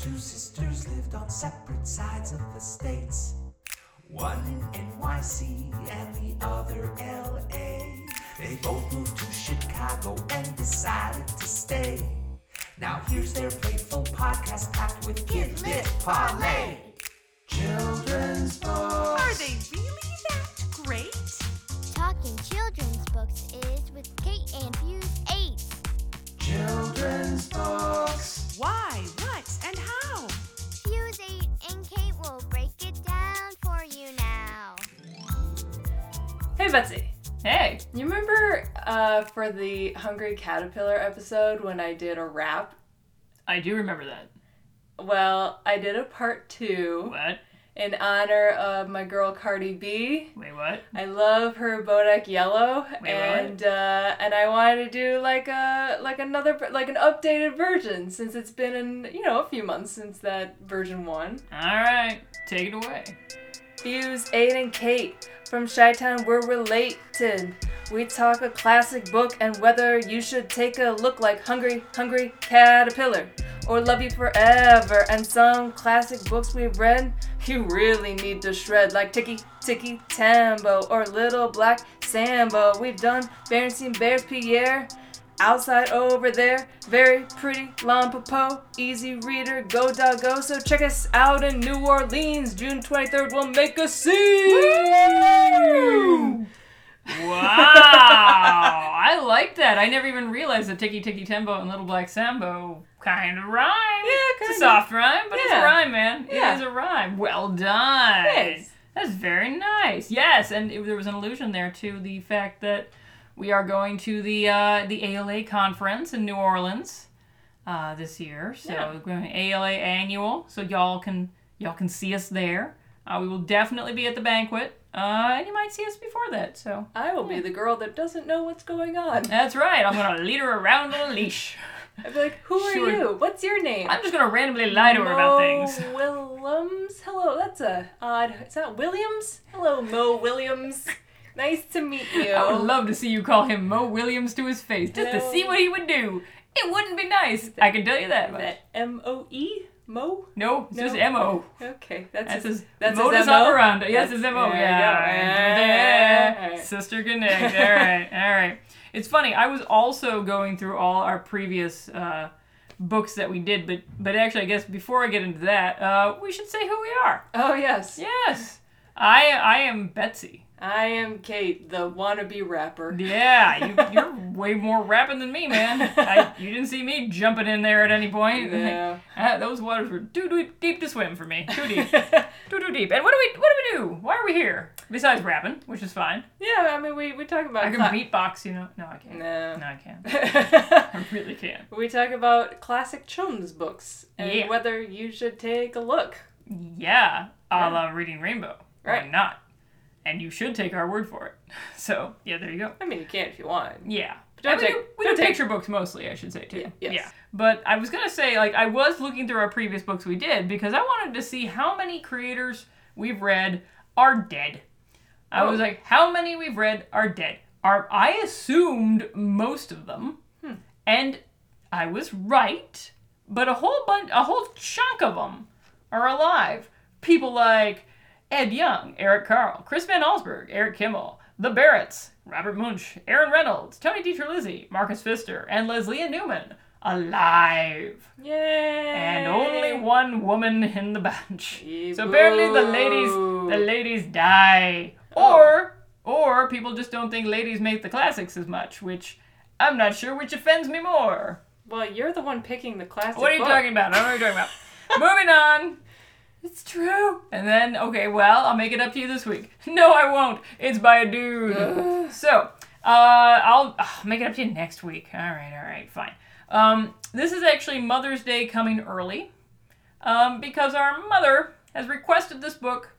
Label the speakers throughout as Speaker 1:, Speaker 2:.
Speaker 1: Two sisters lived on separate sides of the states. One in NYC and the other LA. They both moved to Chicago and decided to stay. Now here's their playful podcast packed with kid lit parlay. Children's books.
Speaker 2: Are they really that great?
Speaker 3: Talking children's books is with Kate and Fuse 8.
Speaker 1: Children's books.
Speaker 2: Why, what, and how?
Speaker 3: Fuse 8 and Kate will break it down for you now.
Speaker 4: Hey, Betsy. Hey. You remember uh, for the Hungry Caterpillar episode when I did a rap?
Speaker 5: I do remember that.
Speaker 4: Well, I did a part two
Speaker 5: What?
Speaker 4: in honor of my girl Cardi B.
Speaker 5: Wait, what?
Speaker 4: I love her Bodak Yellow,
Speaker 5: Wait, what?
Speaker 4: and uh, and I wanted to do like a like another like an updated version since it's been in you know a few months since that version one.
Speaker 5: All right, take it away.
Speaker 4: Fuse, Aid, and Kate. From Chi Town, we're related. We talk a classic book and whether you should take a look like Hungry, Hungry Caterpillar or Love You Forever. And some classic books we read, you really need to shred like Tiki Tiki Tambo or Little Black Sambo. We've done Berenstain Bears Pierre. Outside over there, very pretty Lompopo, easy reader, go dog go. So check us out in New Orleans, June 23rd. We'll make a scene.
Speaker 5: Wow, I like that. I never even realized that Tiki Tiki Tembo and Little Black Sambo kind of rhyme.
Speaker 4: Yeah,
Speaker 5: It's
Speaker 4: kinda.
Speaker 5: a soft rhyme, but it's a
Speaker 4: Yeah.
Speaker 5: rhyme, man.
Speaker 4: Yeah.
Speaker 5: It is a rhyme. Well done.
Speaker 4: Thanks.
Speaker 5: That's very nice. Yes, and it, there was an allusion there to the fact that we are going to the uh, the ALA conference in New Orleans uh, this year. So
Speaker 4: Yeah.
Speaker 5: we're going to ALA annual. So y'all can y'all can see us there. Uh, we will definitely be at the banquet, uh, and you might see us before that. So
Speaker 4: I will be the girl that doesn't know what's going on.
Speaker 5: that's right. I'm gonna lead her around on a leash.
Speaker 4: I'd be like, who are
Speaker 5: Sure.
Speaker 4: you? What's your name?
Speaker 5: I'm just gonna randomly lie to her about
Speaker 4: Mo
Speaker 5: things.
Speaker 4: Willems? Hello, that's a odd. It's not Williams? Hello, Mo Williams. Nice to meet you.
Speaker 5: I would love to see you call him Mo Williams to his face just
Speaker 4: No.
Speaker 5: to see what he would do. It wouldn't be nice. I can tell you that. much.
Speaker 4: that M O E? Mo?
Speaker 5: No, it's
Speaker 4: No.
Speaker 5: just M.O.
Speaker 4: Okay, that's,
Speaker 5: That's his
Speaker 4: that's his
Speaker 5: modus
Speaker 4: MO?
Speaker 5: operandi.
Speaker 4: That's-
Speaker 5: Yes, his M.O.
Speaker 4: there you
Speaker 5: Yeah.
Speaker 4: go. Alright.
Speaker 5: Sister Connect. All right. All right. It's funny. I was also going through all our previous uh, books that we did, but but actually, I guess before I get into that, uh, we should say who we are.
Speaker 4: Oh yes.
Speaker 5: Yes. I I am Betsy.
Speaker 4: I am Kate, the wannabe rapper.
Speaker 5: Yeah, you, you're way more rapping than me, man. I, you didn't see me jumping in there at any point.
Speaker 4: No.
Speaker 5: Ah, those waters were too deep, deep to swim for me. Too deep, too too deep. And what do we what do we do? Why are we here? Besides rapping, which is fine.
Speaker 4: Yeah, I mean we, we talk about
Speaker 5: I can
Speaker 4: cla-
Speaker 5: beatbox, you know. No, I can't.
Speaker 4: No.
Speaker 5: No, I can't. I really can't.
Speaker 4: we talk about classic children's books and
Speaker 5: Yeah.
Speaker 4: whether you should take a look.
Speaker 5: Yeah, a la Reading Rainbow. Or
Speaker 4: Right.
Speaker 5: not. And you should take our word for it. So yeah, there you go.
Speaker 4: I mean you can if you want.
Speaker 5: Yeah.
Speaker 4: don't
Speaker 5: I mean,
Speaker 4: take-
Speaker 5: we- we
Speaker 4: don't
Speaker 5: do
Speaker 4: take-
Speaker 5: picture books mostly, I should say, too.
Speaker 4: Yeah, yes.
Speaker 5: Yeah. But I was going to say, like, I was looking through our previous books we did because I wanted to see how many creators we've read are dead. I was
Speaker 4: Oh.
Speaker 5: like, how many we've read are dead? Are, I assumed most of them.
Speaker 4: Hmm.
Speaker 5: And I was right, but a whole bunch, a whole chunk of them are alive. People like Ed Young, Eric Carl, Chris Van Allsburg, Eric Kimmel, The Barretts, Robert Munch, Aaron Reynolds, Tony DiTerlizzi, Marcus Pfister, and Leslie Ann Newman alive.
Speaker 4: Yay.
Speaker 5: And only one woman in the bunch.
Speaker 4: Yee
Speaker 5: So apparently the ladies
Speaker 4: boo. Oh.
Speaker 5: the ladies die. Or or people just don't think ladies make the classics as much, which I'm not sure which offends me more.
Speaker 4: Well, you're the one picking the classic
Speaker 5: What are you
Speaker 4: book.
Speaker 5: talking about? I don't know what you're talking about. Moving on. It's true. And then, okay, well, I'll make it up to you this week. No, I won't. It's by a dude. so, uh, I'll ugh, make it up to you next week. All right, all right, fine. Um, this is actually Mother's Day coming early um, because our mother has requested this book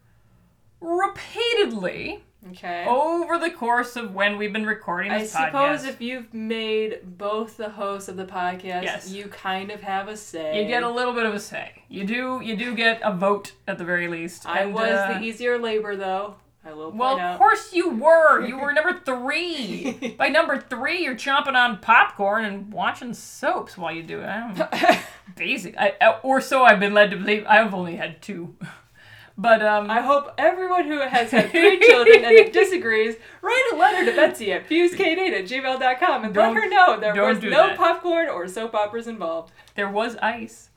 Speaker 5: repeatedly
Speaker 4: Okay.
Speaker 5: over the course of when we've been recording
Speaker 4: I
Speaker 5: this
Speaker 4: suppose
Speaker 5: Oh, podcast.
Speaker 4: if you've made both the hosts of the podcast,
Speaker 5: Yes.
Speaker 4: you kind of have a say.
Speaker 5: you get a little bit of a say. You do. You do get a vote at the very least.
Speaker 4: I
Speaker 5: And,
Speaker 4: was
Speaker 5: uh,
Speaker 4: the easier labor though.
Speaker 6: I will point
Speaker 5: Well, of
Speaker 6: out.
Speaker 5: course you were. You were number three. By number three, you're chomping on popcorn and watching soaps while you do it. I don't Basic. I, I- or so I've been led to believe. I've only had two. But, um,
Speaker 4: I hope everyone who has had three children and it disagrees, write a letter to Betsy at fusekate8 at gmail.com and
Speaker 5: Don't-
Speaker 4: let her know there
Speaker 5: don't
Speaker 4: was
Speaker 5: do
Speaker 4: no
Speaker 5: that.
Speaker 4: popcorn or soap operas involved.
Speaker 5: there was ice.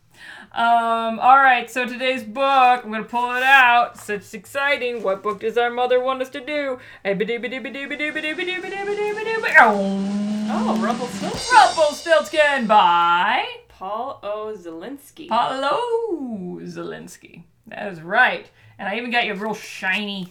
Speaker 5: Um, all right, so today's book, I'm gonna pull it out. Such exciting. What book does our mother want us to do?
Speaker 4: Oh, Rumpelstiltskin.
Speaker 5: Rumpelstiltskin by
Speaker 4: Paul O. Zelinsky.
Speaker 5: Paulo Zelensky. That is right. And I even got you a real shiny,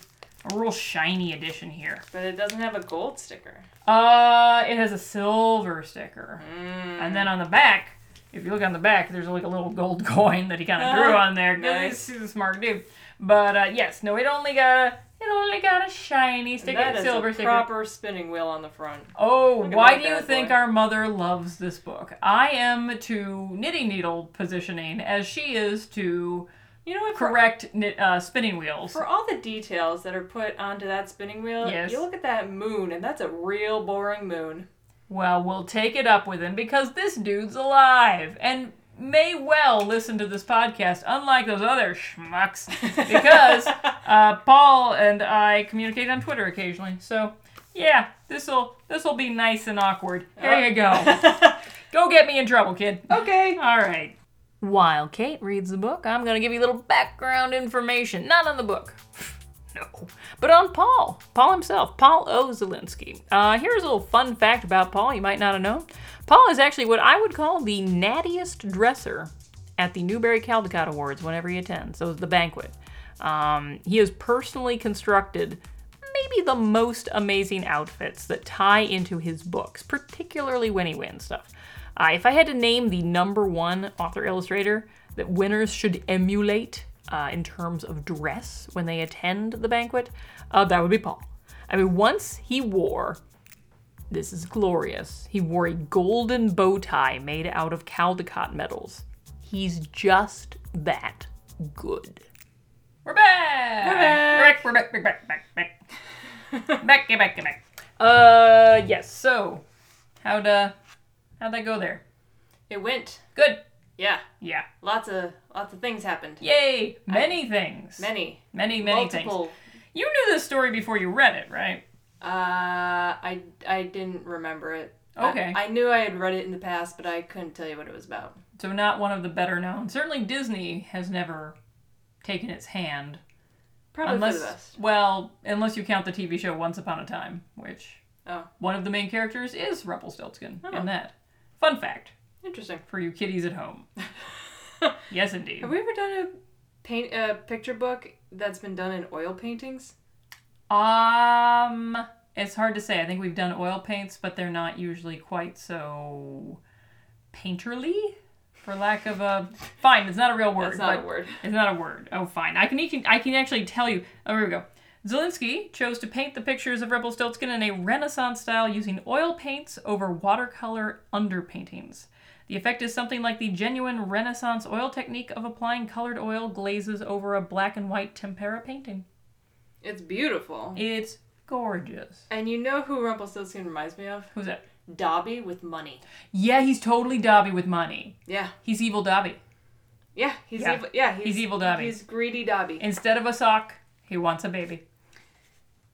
Speaker 5: a real shiny edition here.
Speaker 4: but it doesn't have a gold sticker.
Speaker 5: Uh, it has a silver sticker,
Speaker 4: Mm,
Speaker 5: and then on the back, if you look on the back, there's like a little gold coin that he kind of drew on there. 'cause
Speaker 4: Uh-huh. Nice.
Speaker 5: he's, he's a smart dude. But uh, yes, no, it only got a, it only got a shiny sticker,
Speaker 4: that is
Speaker 5: silver
Speaker 4: a
Speaker 5: sticker.
Speaker 4: proper spinning wheel on the front.
Speaker 5: Oh,
Speaker 4: Look at
Speaker 5: why
Speaker 4: that
Speaker 5: do you
Speaker 4: bad
Speaker 5: think
Speaker 4: boy.
Speaker 5: our mother loves this book? I am to knitting needle positioning as she is to
Speaker 4: You know what? For,
Speaker 5: correct knit, uh, spinning wheels.
Speaker 4: for all the details that are put onto that spinning wheel,
Speaker 5: Yes.
Speaker 4: you look at that moon, and that's a real boring moon.
Speaker 5: Well, we'll take it up with him because this dude's alive and may well listen to this podcast, unlike those other schmucks, because uh, Paul and I communicate on Twitter occasionally. So, yeah, this'll this'll be nice and awkward.
Speaker 4: Uh.
Speaker 5: Here you go. go get me in trouble, kid.
Speaker 4: okay.
Speaker 5: All right. While Kate reads the book, I'm going to give you a little background information. Not on the book. No. But on Paul. Paul himself. Paul O. Zelinsky. Uh, here's a little fun fact about Paul you might not have known. Paul is actually what I would call the nattiest dresser at the Newberry Caldecott Awards whenever he attends. So it's the banquet. Um, he has personally constructed maybe the most amazing outfits that tie into his books, particularly when he wins stuff. Uh, if I had to name the number one author illustrator that winners should emulate uh, in terms of dress when they attend the banquet, uh, that would be Paul. I mean, once he wore this is glorious. He wore a golden bow tie made out of Caldecott medals. He's just that good. We're back. We're back. We're back. We're back. Back. Back. Back. back. Get back. Get back. Uh, yes. So, how'd uh, how'd that go there?
Speaker 4: It went.
Speaker 5: Good.
Speaker 4: Yeah.
Speaker 5: Yeah.
Speaker 4: Lots of lots of things happened.
Speaker 5: Yay. Many things.
Speaker 4: Many.
Speaker 5: Many many
Speaker 4: multiple.
Speaker 5: things. You knew this story before you read it, right?
Speaker 4: Uh, I I didn't remember it. I-
Speaker 5: Okay.
Speaker 4: I, knew I had read it in the past, but I couldn't tell you what it was about.
Speaker 5: So not one of the better known. Certainly Disney has never taken its hand
Speaker 4: Probably
Speaker 5: unless
Speaker 4: for the best.
Speaker 5: well, unless you count the TV show Once Upon a Time, which
Speaker 4: Oh,
Speaker 5: one of the main characters is Rumpelstiltskin in that. Fun fact
Speaker 4: interesting.
Speaker 5: for you kiddies at home. yes, indeed.
Speaker 4: Have we ever done a paint a picture book that's been done in oil paintings?
Speaker 5: Um, it's hard to say. I think we've done oil paints, but they're not usually quite so painterly, for lack of a fine. It's not a real word.
Speaker 4: That's not a
Speaker 5: but-
Speaker 4: word.
Speaker 5: It's not a word. Oh, fine. I can, I can I can actually tell you. Oh, here we go. Zelensky chose to paint the pictures of Rumpelstiltskin in a Renaissance style using oil paints over watercolor underpaintings. The effect is something like the genuine Renaissance oil technique of applying colored oil glazes over a black and white tempera painting.
Speaker 4: It's beautiful.
Speaker 5: It's gorgeous.
Speaker 4: And you know who Rumpelstiltskin reminds me of?
Speaker 5: Who's that?
Speaker 4: Dobby with money.
Speaker 5: Yeah, he's totally Dobby with money.
Speaker 4: Yeah,
Speaker 5: He's evil Dobby.
Speaker 4: yeah, he's
Speaker 5: Yeah.
Speaker 4: evil. Yeah, he's,
Speaker 5: He's evil Dobby.
Speaker 4: He's greedy Dobby.
Speaker 5: Instead of a sock, he wants a baby.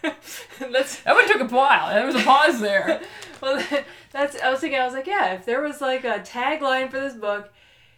Speaker 4: that's
Speaker 5: That one took a while. There was a pause there.
Speaker 4: well. That's I was thinking. I was like, yeah, if there was like a tagline for this book,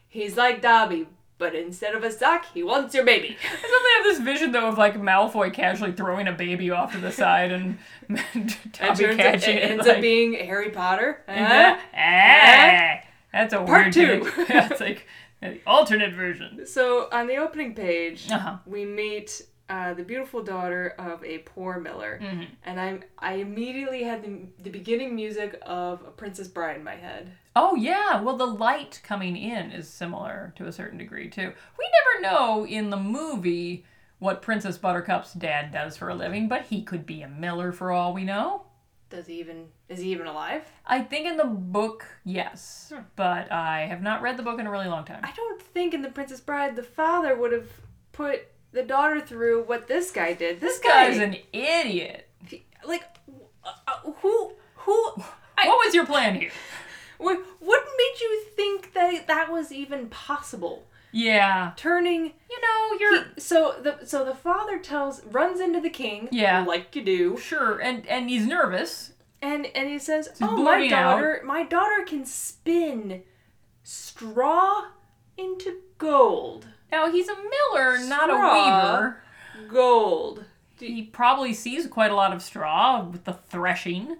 Speaker 4: he's like Dobby, but instead of a sock, he wants your baby.
Speaker 5: I have this vision though of like Malfoy casually throwing a baby off to the side and
Speaker 4: And
Speaker 5: Dobby catching
Speaker 4: it
Speaker 5: it.
Speaker 4: ends
Speaker 5: like,
Speaker 4: up being Harry Potter. Uh-huh. Huh?
Speaker 5: "Eh, eh." That's a weird
Speaker 4: Part two.
Speaker 5: thing. Yeah, it's like the alternate version.
Speaker 4: So on the opening page,
Speaker 5: Uh-huh.
Speaker 4: we meet uh, the beautiful daughter of a poor miller,
Speaker 5: Mm-hmm.
Speaker 4: and I am I immediately had the, the beginning music of a Princess Bride in my head.
Speaker 5: Oh yeah, well the light coming in is similar to a certain degree too. We never know in the movie what Princess Buttercup's dad does for a living, but he could be a miller for all we know.
Speaker 4: Does he even is he even alive?
Speaker 5: I think in the book, yes, but I have not read the book in a really long time.
Speaker 4: I don't think in the Princess Bride the father would have put the daughter through what this guy did. This,
Speaker 5: This
Speaker 4: guy
Speaker 5: guy's an idiot.
Speaker 4: like uh, uh, who who
Speaker 5: what was your plan here?
Speaker 4: wh- what made you think that that was even possible?
Speaker 5: Yeah.
Speaker 4: Turning
Speaker 5: You know,
Speaker 4: he-
Speaker 5: you're
Speaker 4: so the so the father tells runs into the king
Speaker 5: Yeah.
Speaker 4: like you do
Speaker 5: sure, and and he's nervous.
Speaker 4: and and he says
Speaker 5: he's
Speaker 4: oh my
Speaker 5: bleeding out."
Speaker 4: daughter my daughter can spin straw into gold
Speaker 5: Now he's a miller, not
Speaker 4: Straw.
Speaker 5: a weaver.
Speaker 4: gold
Speaker 5: He probably sees quite a lot of straw with the threshing.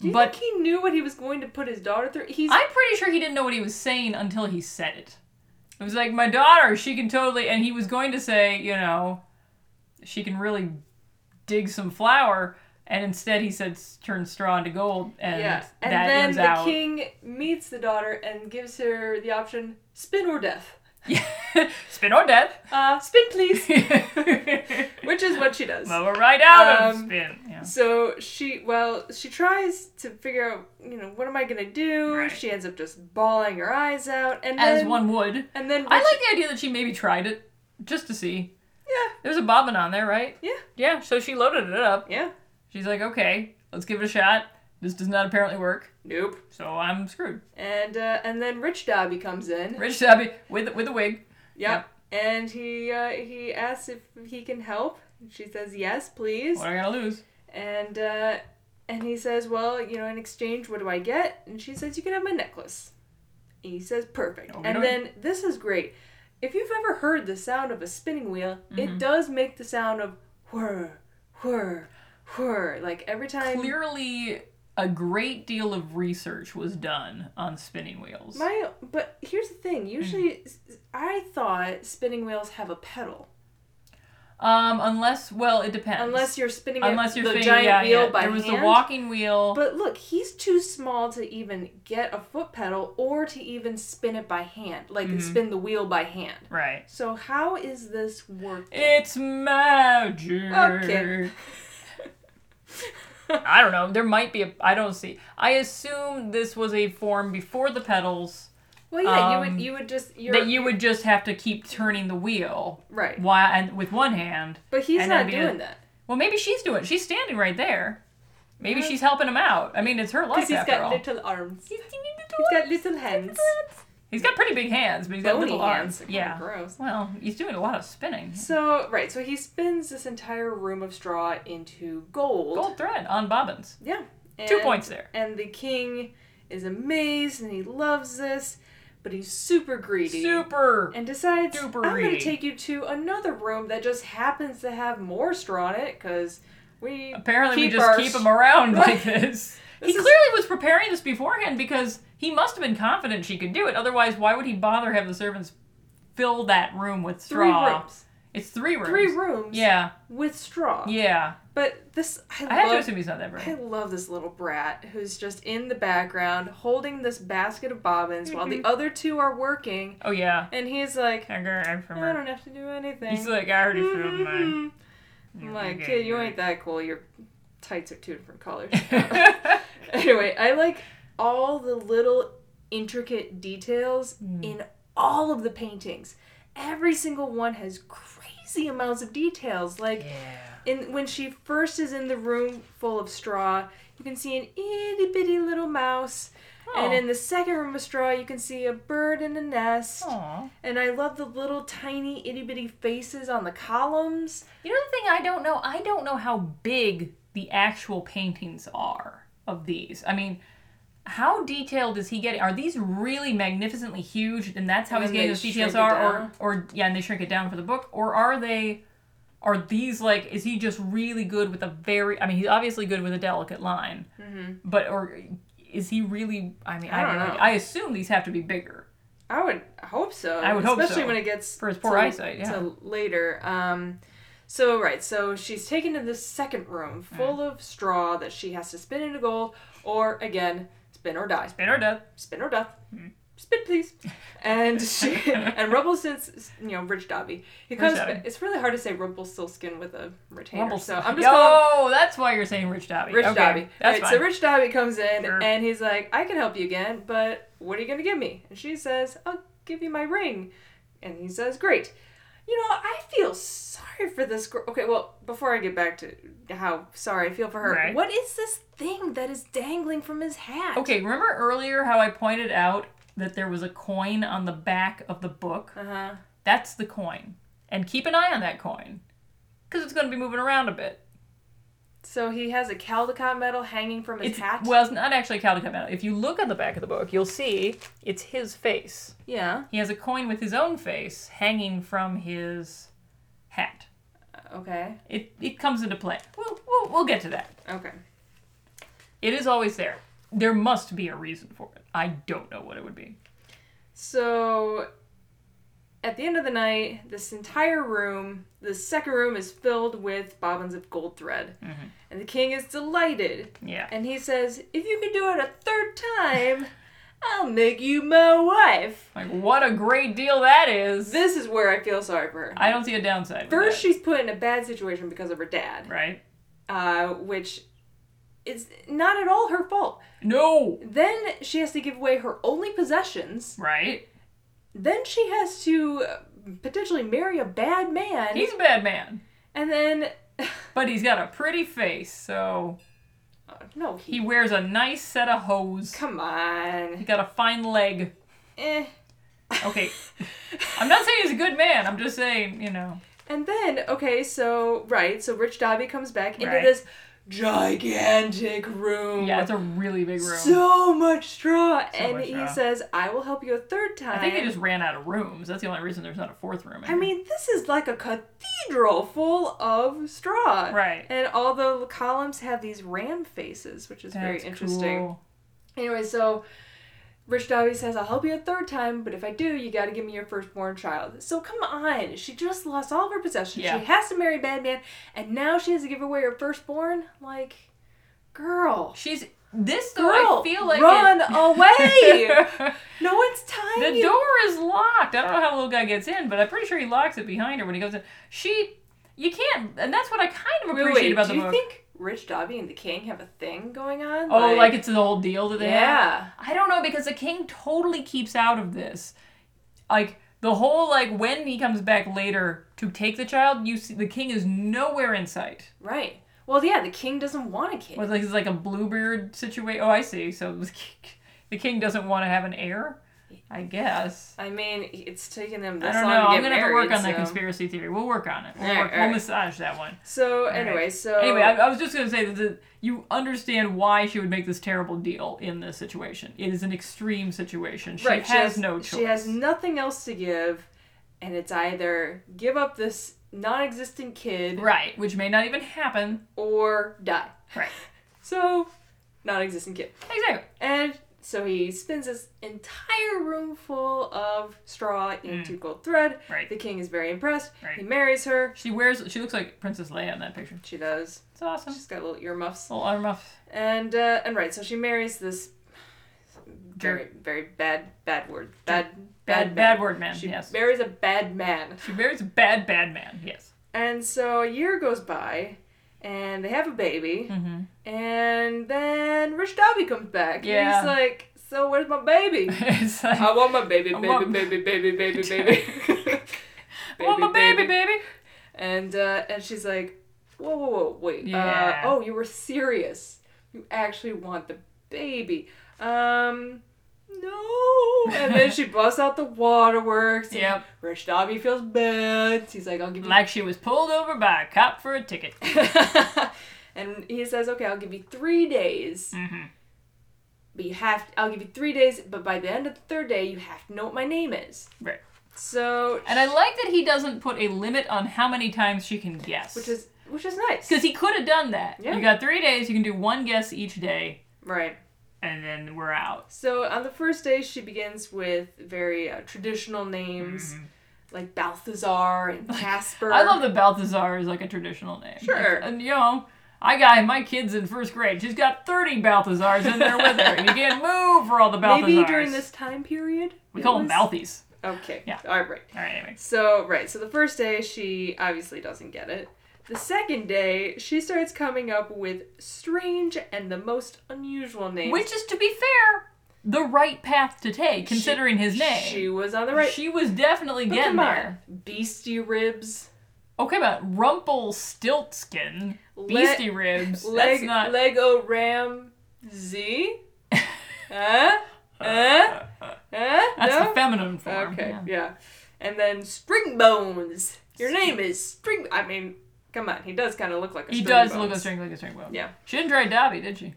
Speaker 4: do you
Speaker 5: But-
Speaker 4: think he knew what he was going to put his daughter through he's
Speaker 5: I'm pretty sure he didn't know what he was saying until he said it. It was like, my daughter, she can totally. And he was going to say, you know, she can really dig some flour. And instead he said, "S- turn straw into gold. And
Speaker 4: yeah and
Speaker 5: that
Speaker 4: then
Speaker 5: ends
Speaker 4: the
Speaker 5: out.
Speaker 4: king meets the daughter and gives her the option spin or death
Speaker 5: Yeah. Spin or death.
Speaker 4: uh spin please
Speaker 5: Mow
Speaker 4: which is what she does
Speaker 5: her right out of
Speaker 4: Um,
Speaker 5: spin. Yeah.
Speaker 4: So she, well, she tries to figure out, you know, what am I gonna do?
Speaker 5: Right.
Speaker 4: She ends up just bawling her eyes out, and
Speaker 5: As
Speaker 4: then,
Speaker 5: one would.
Speaker 4: and then
Speaker 5: I like the idea that she maybe tried it just to see.
Speaker 4: Yeah.
Speaker 5: There's a bobbin on there, right?
Speaker 4: Yeah.
Speaker 5: Yeah, so she loaded it up.
Speaker 4: yeah,
Speaker 5: She's like, okay, let's give it a shot. This does not apparently work,
Speaker 4: nope.
Speaker 5: so I'm screwed.
Speaker 4: And uh, and then Rich Dobby comes in.
Speaker 5: Rich Dabby with with a wig.
Speaker 4: Yep. And he uh, he asks if he can help. She says yes, please.
Speaker 5: What am I gonna lose?
Speaker 4: And uh, and he says, well, you know, in exchange, what do I get? And she says, you can have my necklace. And he says, perfect.
Speaker 5: Okay,
Speaker 4: and
Speaker 5: dokie.
Speaker 4: then this is great. If you've ever heard the sound of a spinning wheel,
Speaker 5: Mm-hmm.
Speaker 4: it does make the sound of whir, whir, whir. Like every time.
Speaker 5: Clearly, a great deal of research was done on spinning wheels.
Speaker 4: My, but here's the thing.
Speaker 5: Mm-hmm.
Speaker 4: Usually, s- I thought spinning wheels have a pedal,
Speaker 5: um, unless well, it depends.
Speaker 4: unless you're spinning it-
Speaker 5: unless you're
Speaker 4: the
Speaker 5: spinning,
Speaker 4: giant
Speaker 5: yeah,
Speaker 4: wheel
Speaker 5: yeah.
Speaker 4: by
Speaker 5: There was
Speaker 4: hand.
Speaker 5: the walking wheel.
Speaker 4: But look, he's too small to even get a foot pedal or to even spin it by hand, like
Speaker 5: Mm-hmm.
Speaker 4: spin the wheel by hand.
Speaker 5: right.
Speaker 4: So how is this working?
Speaker 5: It's magic.
Speaker 4: Okay.
Speaker 5: I don't know. There might be a. I don't see. I assume this was a form before the pedals
Speaker 4: well, yeah, you
Speaker 5: um,
Speaker 4: would you would just you're
Speaker 5: that you would just have to keep turning the wheel
Speaker 4: right,
Speaker 5: while and with one hand.
Speaker 4: but he's
Speaker 5: and
Speaker 4: not
Speaker 5: that'd be a-
Speaker 4: doing that
Speaker 5: Well, maybe she's doing. She's standing right there. Maybe she's helping him out. I mean, it's her life
Speaker 4: because he's
Speaker 5: after
Speaker 4: got
Speaker 5: all.
Speaker 4: little arms. He's got little hands.
Speaker 5: He's got pretty big hands, but he's got
Speaker 4: Bony
Speaker 5: little
Speaker 4: hands.
Speaker 5: arms.
Speaker 4: They're kinda
Speaker 5: Yeah.
Speaker 4: gross.
Speaker 5: Well, he's doing a lot of spinning.
Speaker 4: So right, so he spins this entire room of straw into gold.
Speaker 5: Gold thread on bobbins.
Speaker 4: Yeah.
Speaker 5: Two
Speaker 4: And-
Speaker 5: points there.
Speaker 4: And the king is amazed and he loves this, but he's super greedy.
Speaker 5: Super.
Speaker 4: and decides
Speaker 5: Duper
Speaker 4: I'm going to
Speaker 5: greedy.
Speaker 4: take you to another room that just happens to have more straw in it because we
Speaker 5: Apparently,
Speaker 4: keep
Speaker 5: we just
Speaker 4: our
Speaker 5: keep
Speaker 4: sh-
Speaker 5: him around
Speaker 4: Right.
Speaker 5: like this.
Speaker 4: This
Speaker 5: he
Speaker 4: is-
Speaker 5: clearly was preparing this beforehand because he must have been confident she could do it. Otherwise, why would he bother have the servants fill that room with
Speaker 4: three
Speaker 5: straw?
Speaker 4: rooms,
Speaker 5: It's three rooms.
Speaker 4: three rooms,
Speaker 5: Yeah,
Speaker 4: with straw.
Speaker 5: yeah.
Speaker 4: But this I,
Speaker 5: I have to
Speaker 4: love.
Speaker 5: assume he's not that
Speaker 4: I
Speaker 5: bright.
Speaker 4: love this little brat who's just in the background holding this basket of bobbins while the other two are working,
Speaker 5: Oh yeah.
Speaker 4: and he's like,
Speaker 5: Mm-hmm. I got it from
Speaker 4: I
Speaker 5: her.
Speaker 4: don't have to do anything.
Speaker 5: He's like, I already filled mine.
Speaker 4: Mhm. I'm like,
Speaker 5: okay,
Speaker 4: kid, you
Speaker 5: you're
Speaker 4: ain't that cool. Your tights are two different colors.
Speaker 5: Mm-hmm.
Speaker 4: anyway, I like all the little intricate details
Speaker 5: Mm.
Speaker 4: in all of the paintings. Every single one has crazy amounts of details. Like in when she first is in the room full of straw, you can see an itty bitty little mouse. And
Speaker 5: Oh.
Speaker 4: in the second room of straw, you can see a bird in a nest.
Speaker 5: Aw.
Speaker 4: And I love the little tiny itty bitty faces on the columns.
Speaker 5: You know the thing I don't know? I don't know how big the actual paintings are of these. I mean, how detailed is he getting? Are these really magnificently huge and that's how
Speaker 4: And
Speaker 5: he's
Speaker 4: then
Speaker 5: getting
Speaker 4: they
Speaker 5: those details
Speaker 4: shrink it
Speaker 5: are
Speaker 4: down.
Speaker 5: or or yeah, and they shrink it down for the book or are they are these like is he just really good with a very I mean, he's obviously good with a delicate line. But or is he really I mean,
Speaker 4: Mm-hmm. don't
Speaker 5: I, have no
Speaker 4: know.
Speaker 5: idea. I assume these have to be bigger.
Speaker 4: I would hope so.
Speaker 5: I would hope
Speaker 4: especially
Speaker 5: so.
Speaker 4: when it gets
Speaker 5: For his poor
Speaker 4: to-
Speaker 5: eyesight, yeah.
Speaker 4: to later. Um, so right, so she's taken to this second room full of straw that she has to spin into gold, or again, spin or die,
Speaker 5: Spin Hmm. or death.
Speaker 4: spin or death. Spin please, and she and Rumpelstiltskin, you know, Rich Dobby. He comes.
Speaker 5: Dobby.
Speaker 4: It's really hard to say Rumpelstiltskin with a retainer. So
Speaker 5: Rumpelstiltskin.
Speaker 4: I'm just calling
Speaker 5: Oh, that's why you're saying Rich Dobby.
Speaker 4: Rich
Speaker 5: Okay,
Speaker 4: Dobby.
Speaker 5: That's
Speaker 4: Right,
Speaker 5: fine.
Speaker 4: so Rich Dobby comes in
Speaker 5: Sure.
Speaker 4: and he's like, I can help you again, but what are you going to give me? And she says, I'll give you my ring. And he says, Great. You know, I feel sorry for this girl. Okay, well, before I get back to how sorry I feel for her,
Speaker 5: Right.
Speaker 4: what is this thing that is dangling from his hat?
Speaker 5: Okay, remember earlier how I pointed out that there was a coin on the back of the book?
Speaker 4: Uh huh.
Speaker 5: That's the coin. And keep an eye on that coin. Because it's going to be moving around a bit.
Speaker 4: So he has a Caldecott medal hanging from his
Speaker 5: It's,
Speaker 4: hat.
Speaker 5: well, it's not actually Caldecott Medal. If you look at the back of the book, you'll see it's his face.
Speaker 4: yeah.
Speaker 5: He has a coin with his own face hanging from his hat.
Speaker 4: Okay.
Speaker 5: It, it comes into play. We'll, we'll, we'll get to that.
Speaker 4: Okay.
Speaker 5: It is always there. There must be a reason for it. I don't know what it would be.
Speaker 4: So at the end of the night, this entire room, the second room is filled with bobbins of gold thread.
Speaker 5: Mm-hmm.
Speaker 4: And the king is delighted.
Speaker 5: Yeah.
Speaker 4: And he says, If you can do it a third time, I'll make you my wife.
Speaker 5: Like, what a great deal that is.
Speaker 4: This is where I feel sorry for her.
Speaker 5: I don't see a downside. with
Speaker 4: First,
Speaker 5: that,
Speaker 4: she's put in a bad situation because of her dad,
Speaker 5: right?
Speaker 4: uh, which is not at all her fault.
Speaker 5: No,
Speaker 4: Then she has to give away her only possessions.
Speaker 5: right?
Speaker 4: Then she has to uh, potentially marry a bad man.
Speaker 5: He's a bad man,
Speaker 4: And then,
Speaker 5: but he's got a pretty face, so
Speaker 4: no,
Speaker 5: he
Speaker 4: he.
Speaker 5: wears a nice set of hose.
Speaker 4: Come
Speaker 5: He
Speaker 4: on.
Speaker 5: got a fine leg.
Speaker 4: Eh.
Speaker 5: Okay, I'm not saying he's a good man. I'm just saying, you know,
Speaker 4: And then, okay, so right, so Rich Dobby comes back into
Speaker 5: Right.
Speaker 4: this gigantic room.
Speaker 5: yeah, it's a really big room.
Speaker 4: so much straw, and
Speaker 5: much
Speaker 4: he
Speaker 5: straw.
Speaker 4: says, "I will help you a third time."
Speaker 5: I think they just ran out of rooms. That's the only reason there's not a fourth room. in
Speaker 4: I mean, this is like a cathedral full of straw.
Speaker 5: Right.
Speaker 4: And all the columns have these ram faces, which is
Speaker 5: here.
Speaker 4: very
Speaker 5: That's
Speaker 4: interesting.
Speaker 5: cool.
Speaker 4: Anyway, so Rich Dobby says, I'll help you a third time, but if I do, you gotta give me your firstborn child. So come on, she just lost all of her possessions.
Speaker 5: Yeah.
Speaker 4: She has to marry Bad Man, and now she has to give away her firstborn? Like, girl.
Speaker 5: She's this though.
Speaker 4: Girl,
Speaker 5: I feel like
Speaker 4: run
Speaker 5: it-
Speaker 4: away! No one's time.
Speaker 5: The
Speaker 4: you.
Speaker 5: door is locked. I don't know how the little guy gets in, but I'm pretty sure he locks it behind her when he goes in. She, you can't, and that's what I kind of
Speaker 4: Wait,
Speaker 5: appreciate
Speaker 4: wait,
Speaker 5: about
Speaker 4: do
Speaker 5: the
Speaker 4: you
Speaker 5: book.
Speaker 4: think Rich Dobby and the king have a thing going on?
Speaker 5: oh, like, it's the whole deal that they have.
Speaker 4: yeah.
Speaker 5: I don't know because the king totally keeps out of this. Like the whole like when he comes back later to take the child, you see the king is nowhere in sight.
Speaker 4: Right. Well, yeah, the king doesn't want a king.
Speaker 5: Well, like it's like a bluebeard situation. Oh, I see. So the king, the king doesn't want to have an heir, I guess.
Speaker 4: I mean, it's taken them
Speaker 5: I
Speaker 4: this
Speaker 5: don't
Speaker 4: long
Speaker 5: know.
Speaker 4: to get
Speaker 5: I'm gonna have to
Speaker 4: married.
Speaker 5: work on that
Speaker 4: so-
Speaker 5: conspiracy theory. We'll work on it. We'll,
Speaker 4: Alright,
Speaker 5: work, we'll
Speaker 4: alright.
Speaker 5: massage that one.
Speaker 4: So
Speaker 5: right.
Speaker 4: anyway, so
Speaker 5: Anyway, I, I was just gonna say that the, you understand why she would make this terrible deal in this situation. It is an extreme situation. She has no choice.
Speaker 4: She has nothing else to give, and it's either give up this non-existent kid
Speaker 5: right, which may not even happen.
Speaker 4: or die.
Speaker 5: Right.
Speaker 4: So, non-existent kid,
Speaker 5: Exactly.
Speaker 4: and so he spins this entire room full of straw into gold thread.
Speaker 5: Mm. Right.
Speaker 4: The king is very impressed.
Speaker 5: Right.
Speaker 4: He marries her.
Speaker 5: She wears. She looks like Princess Leia in that picture.
Speaker 4: She does.
Speaker 5: It's awesome.
Speaker 4: She's got little earmuffs.
Speaker 5: Little arm off.
Speaker 4: And uh, and right, so she marries this very very bad bad word bad
Speaker 5: Bad, bad,
Speaker 4: man.
Speaker 5: word man.
Speaker 4: She
Speaker 5: yes.
Speaker 4: marries a bad man.
Speaker 5: she marries a bad, bad man. Yes.
Speaker 4: And so a year goes by, and they have a baby, and then Rich Dobby comes back.
Speaker 5: Mm-hmm. Yeah.
Speaker 4: And he's like, so where's my baby?
Speaker 5: it's like,
Speaker 4: I want my baby,
Speaker 5: I
Speaker 4: baby,
Speaker 5: want-
Speaker 4: baby, baby, baby, baby.
Speaker 5: I want my baby, baby.
Speaker 4: And uh, and she's like, whoa, whoa, whoa, wait.
Speaker 5: Yeah.
Speaker 4: Uh, oh, you were serious. You actually want the baby. Um, no. And then she busts out the waterworks. and
Speaker 5: Yep.
Speaker 4: Rich Dobby feels bad. He's like, I'll give you
Speaker 5: Like she was pulled over by a cop for a ticket.
Speaker 4: and he says, "Okay, I'll give you three days,
Speaker 5: Mm-hmm,
Speaker 4: but you have I'll give you three days, but by the end of the third day, you have to know what my name is."
Speaker 5: Right.
Speaker 4: So,
Speaker 5: And I like that he doesn't put a limit on how many times she can guess.
Speaker 4: which is which is nice,
Speaker 5: because he could have done that.
Speaker 4: Yeah.
Speaker 5: You got three days. You can do one guess each day,
Speaker 4: right?
Speaker 5: and then we're out.
Speaker 4: So on the first day, she begins with very uh, traditional names like Balthazar and Casper.
Speaker 5: Mm-hmm. I love that Balthazar is like a traditional name.
Speaker 4: Sure.
Speaker 5: Like, and you know, I got my kids in first grade. She's got thirty Balthazars in there with her, and you can't move for all the Balthazars.
Speaker 4: Maybe during this time period,
Speaker 5: we
Speaker 4: it
Speaker 5: call them
Speaker 4: was-
Speaker 5: Balthies.
Speaker 4: Okay.
Speaker 5: Yeah.
Speaker 4: All right.
Speaker 5: All right, anyway.
Speaker 4: So, right, so the first day, she obviously doesn't get it. The second day, she starts coming up with strange and the most unusual names.
Speaker 5: Which is to be fair, the right path to take, considering his name.
Speaker 4: She was on the right.
Speaker 5: She was definitely
Speaker 4: But
Speaker 5: getting
Speaker 4: come on.
Speaker 5: there.
Speaker 4: Beastie ribs.
Speaker 5: Okay, but Rumpelstiltskin,
Speaker 4: Le-
Speaker 5: Beastie Ribs.
Speaker 4: Leg,
Speaker 5: that's not.
Speaker 4: Lego Ram Z? huh? Huh? Huh?
Speaker 5: that's
Speaker 4: no?
Speaker 5: the feminine form.
Speaker 4: Okay,
Speaker 5: yeah.
Speaker 4: yeah. And then Spring Bones. Your name is Spring. I mean, come on, he does kind of look like a
Speaker 5: He
Speaker 4: Spring
Speaker 5: does
Speaker 4: Bones.
Speaker 5: look a string like a string bone.
Speaker 4: Yeah.
Speaker 5: She didn't try Dobby, did she?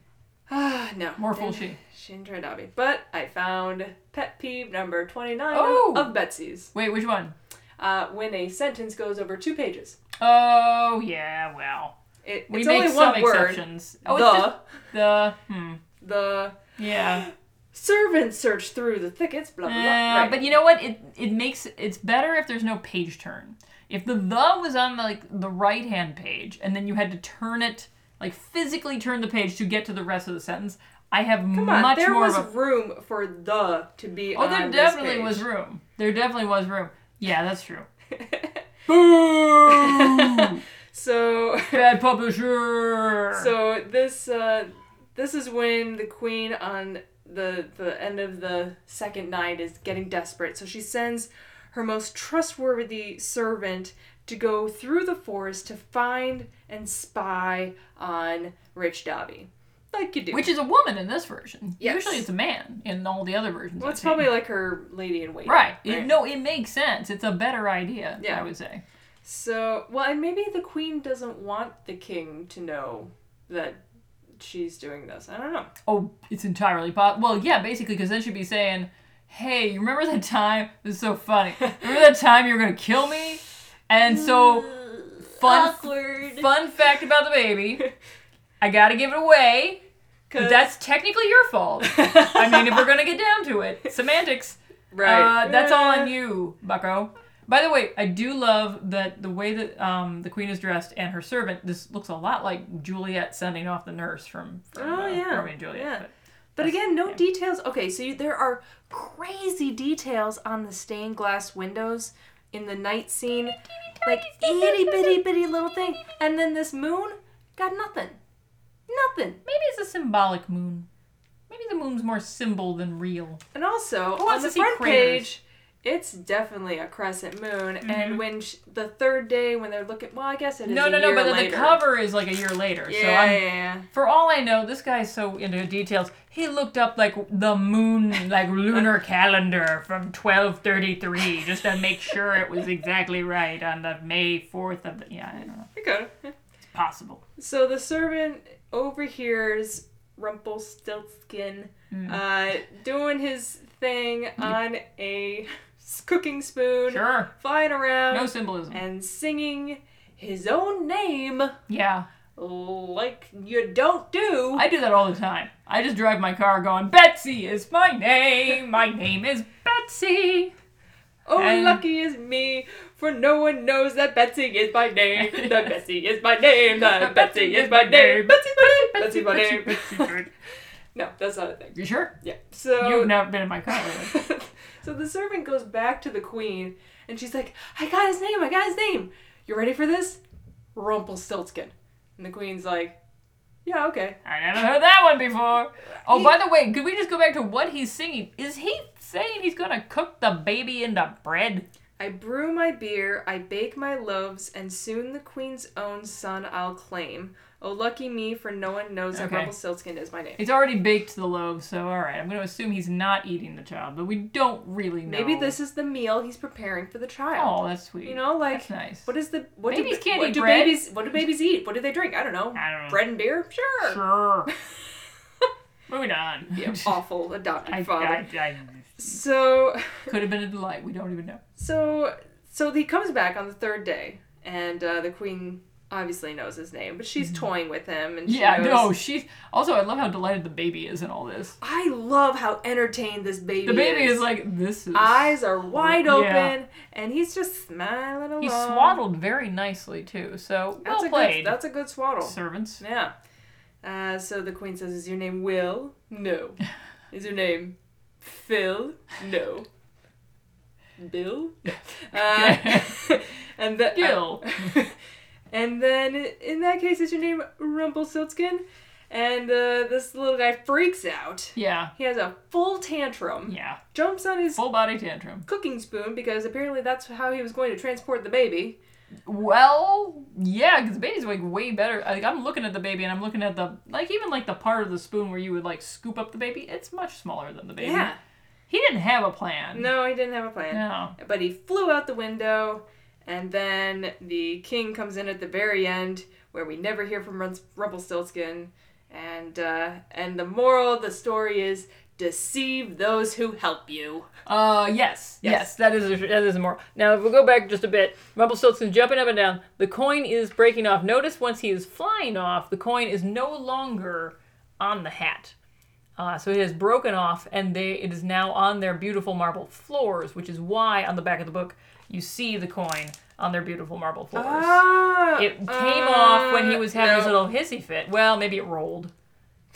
Speaker 4: Ah, no.
Speaker 5: More fool
Speaker 4: Didn't-
Speaker 5: she.
Speaker 4: She didn't try Dobby. But I found pet peeve number 29
Speaker 5: Oh!
Speaker 4: of Betsy's
Speaker 5: Wait, which one?
Speaker 4: uh, when a sentence goes over two pages.
Speaker 5: Oh yeah, well.
Speaker 4: It,
Speaker 5: We
Speaker 4: it's
Speaker 5: make
Speaker 4: only
Speaker 5: some
Speaker 4: one word.
Speaker 5: exceptions. Oh,
Speaker 4: the,
Speaker 5: it's just the hmm.
Speaker 4: the
Speaker 5: Yeah.
Speaker 4: servants search through the thickets, blah, blah, blah.
Speaker 5: Uh,
Speaker 4: right.
Speaker 5: But you know what? It it makes it's better if there's no page turn. If the the was on like the right hand page and then you had to turn it like physically turn the page to get to the rest of the sentence, I have
Speaker 4: Come on,
Speaker 5: much
Speaker 4: there
Speaker 5: more
Speaker 4: was
Speaker 5: of a
Speaker 4: room for the to be
Speaker 5: Oh,
Speaker 4: on
Speaker 5: there
Speaker 4: this
Speaker 5: definitely
Speaker 4: page.
Speaker 5: was room. There definitely was room. Yeah, that's true. Boo!
Speaker 4: so
Speaker 5: Bad publisher.
Speaker 4: so this uh, this is when the queen on the the end of the second night is getting desperate so she sends her most trustworthy servant to go through the forest to find and spy on rich dobby like you do
Speaker 5: Which is a woman in this version.
Speaker 4: Yes.
Speaker 5: Usually it's a man in all the other versions.
Speaker 4: well,
Speaker 5: I've
Speaker 4: it's
Speaker 5: seen.
Speaker 4: probably like her lady in waiting
Speaker 5: right. It- no, it makes sense. It's a better idea.
Speaker 4: Yeah.
Speaker 5: I would say.
Speaker 4: So, well, and maybe the queen doesn't want the king to know that she's doing this. I don't know.
Speaker 5: Oh, it's entirely possible. Well, yeah, basically, because then she'd be saying, "Hey, you remember that time? This is so funny. Remember that time you were gonna kill me?" And so, fun fun fact about the baby. I gotta give it away. But that's technically your fault. I mean, if we're gonna get down to it, semantics.
Speaker 4: right.
Speaker 5: Uh, that's all on you, Bucko. By the way, I do love that the way that um, the queen is dressed and her servant. This looks a lot like Juliet sending off the nurse from, from
Speaker 4: Oh,
Speaker 5: uh,
Speaker 4: yeah.
Speaker 5: Romeo and Juliet.
Speaker 4: Yeah.
Speaker 5: but-
Speaker 4: But again, no details. Okay, so you, there are crazy details on the stained glass windows in the night scene, like itty bitty bitty little thing, and then this moon got nothing, nothing.
Speaker 5: Maybe it's a symbolic moon. Maybe the moon's more symbol than real.
Speaker 4: And also on
Speaker 5: wants
Speaker 4: the
Speaker 5: to see
Speaker 4: front
Speaker 5: craters?
Speaker 4: page, it's definitely a crescent moon. And when sh- the third day, when they're looking, well, I guess it is.
Speaker 5: Mm-hmm. No,
Speaker 4: a
Speaker 5: no, no.
Speaker 4: year
Speaker 5: But then
Speaker 4: later.
Speaker 5: the cover is like a year later.
Speaker 4: Yeah,
Speaker 5: so I'm,
Speaker 4: yeah, yeah.
Speaker 5: For all I know, this guy's so into details. He looked up like the moon, like lunar calendar from 1233, just to make sure it was exactly right on the May 4th of the. Yeah, I don't know.
Speaker 4: You got it.
Speaker 5: It's possible.
Speaker 4: So the servant overhears Rumpelstiltskin uh, doing his thing on a cooking spoon,
Speaker 5: Sure.
Speaker 4: flying around,
Speaker 5: No symbolism.
Speaker 4: and singing his own name
Speaker 5: Yeah,
Speaker 4: like you don't do.
Speaker 5: I do that all the time. I just drive my car going, Betsy is my name. My name is Betsy.
Speaker 4: Oh,
Speaker 5: And-
Speaker 4: lucky is me, for no one knows that Betsy is my name. That Betsy is my name. That Betsy is my name. Betsy, Betsy, Betsy, my name. No, that's not a thing.
Speaker 5: You sure?
Speaker 4: Yeah. So
Speaker 5: You've never been in my car. Really.
Speaker 4: so the servant goes back to the queen, and she's like, "I got his name. I got his name. You ready for this? Rumpelstiltskin." And the queen's like, "Yeah, okay."
Speaker 5: I never heard that one before. Oh, by the way, could we just go back to what he's singing? Is he saying he's gonna cook the baby into bread?
Speaker 4: I brew my beer, I bake my loaves, and soon the queen's own son I'll claim. Oh, lucky me, for no one knows that
Speaker 5: Okay.
Speaker 4: Rumpelstiltskin is my name.
Speaker 5: He's already baked the loaf, so all right. I'm gonna assume he's not eating the child, but we don't really know.
Speaker 4: Maybe this is the meal he's preparing for the child.
Speaker 5: Oh, that's sweet.
Speaker 4: you know, like
Speaker 5: that's nice.
Speaker 4: what is the what do,
Speaker 5: Babies
Speaker 4: ba-
Speaker 5: can't
Speaker 4: what
Speaker 5: eat
Speaker 4: do
Speaker 5: bread.
Speaker 4: babies what do babies eat? What do they drink? I don't know.
Speaker 5: I don't know.
Speaker 4: Bread and beer? Sure.
Speaker 5: Sure. Moving on.
Speaker 4: Yeah, awful adopted
Speaker 5: I,
Speaker 4: father.
Speaker 5: I, I
Speaker 4: So,
Speaker 5: could have been a delight. We don't even know.
Speaker 4: so, so he comes back on the third day, and uh, the queen obviously knows his name, but she's toying with him, and she
Speaker 5: Mm-hmm. Yeah,
Speaker 4: knows-
Speaker 5: no. She's also. I love how delighted the baby is in all this.
Speaker 4: I love how entertained this baby.
Speaker 5: The baby is like, this is.
Speaker 4: eyes are wide
Speaker 5: Yeah.
Speaker 4: open, and he's just smiling along.
Speaker 5: He swaddled very nicely too. So well
Speaker 4: That's a
Speaker 5: played,
Speaker 4: good. That's a good swaddle.
Speaker 5: servants.
Speaker 4: Yeah. Uh, so the queen says, "Is your name Will? No. Is your name Phil? No. Bill? No. Uh, and the, uh,
Speaker 5: Gil.
Speaker 4: and then in that case, is your name Rumpelstiltskin? And uh, this little guy freaks out.
Speaker 5: Yeah.
Speaker 4: He has a full tantrum,
Speaker 5: Yeah.
Speaker 4: jumps on his
Speaker 5: Full body tantrum.
Speaker 4: cooking spoon because apparently that's how he was going to transport the baby.
Speaker 5: Well, yeah, because the baby's like way better. Like I'm looking at the baby and I'm looking at the like even like the part of the spoon where you would like scoop up the baby. It's much smaller than the baby.
Speaker 4: Yeah.
Speaker 5: He didn't have a plan.
Speaker 4: No, he didn't have a plan.
Speaker 5: No.
Speaker 4: But he flew out the window, and then the king comes in at the very end, where we never hear from Runs- Rumpelstiltskin. And uh, and the moral of the story is deceive those who help you.
Speaker 5: Uh, yes, yes,
Speaker 4: Yes.
Speaker 5: that is a, that is a moral. Now, if we go back just a bit, Rumpelstiltskin jumping up and down. The coin is breaking off. Notice once he is flying off, the coin is no longer on the hat. Uh, so it has broken off, and they it is now on their beautiful marble floors, which is why on the back of the book you see the coin on their beautiful marble floors.
Speaker 4: Ah,
Speaker 5: it came off when he was having his little hissy fit. Well, maybe it rolled.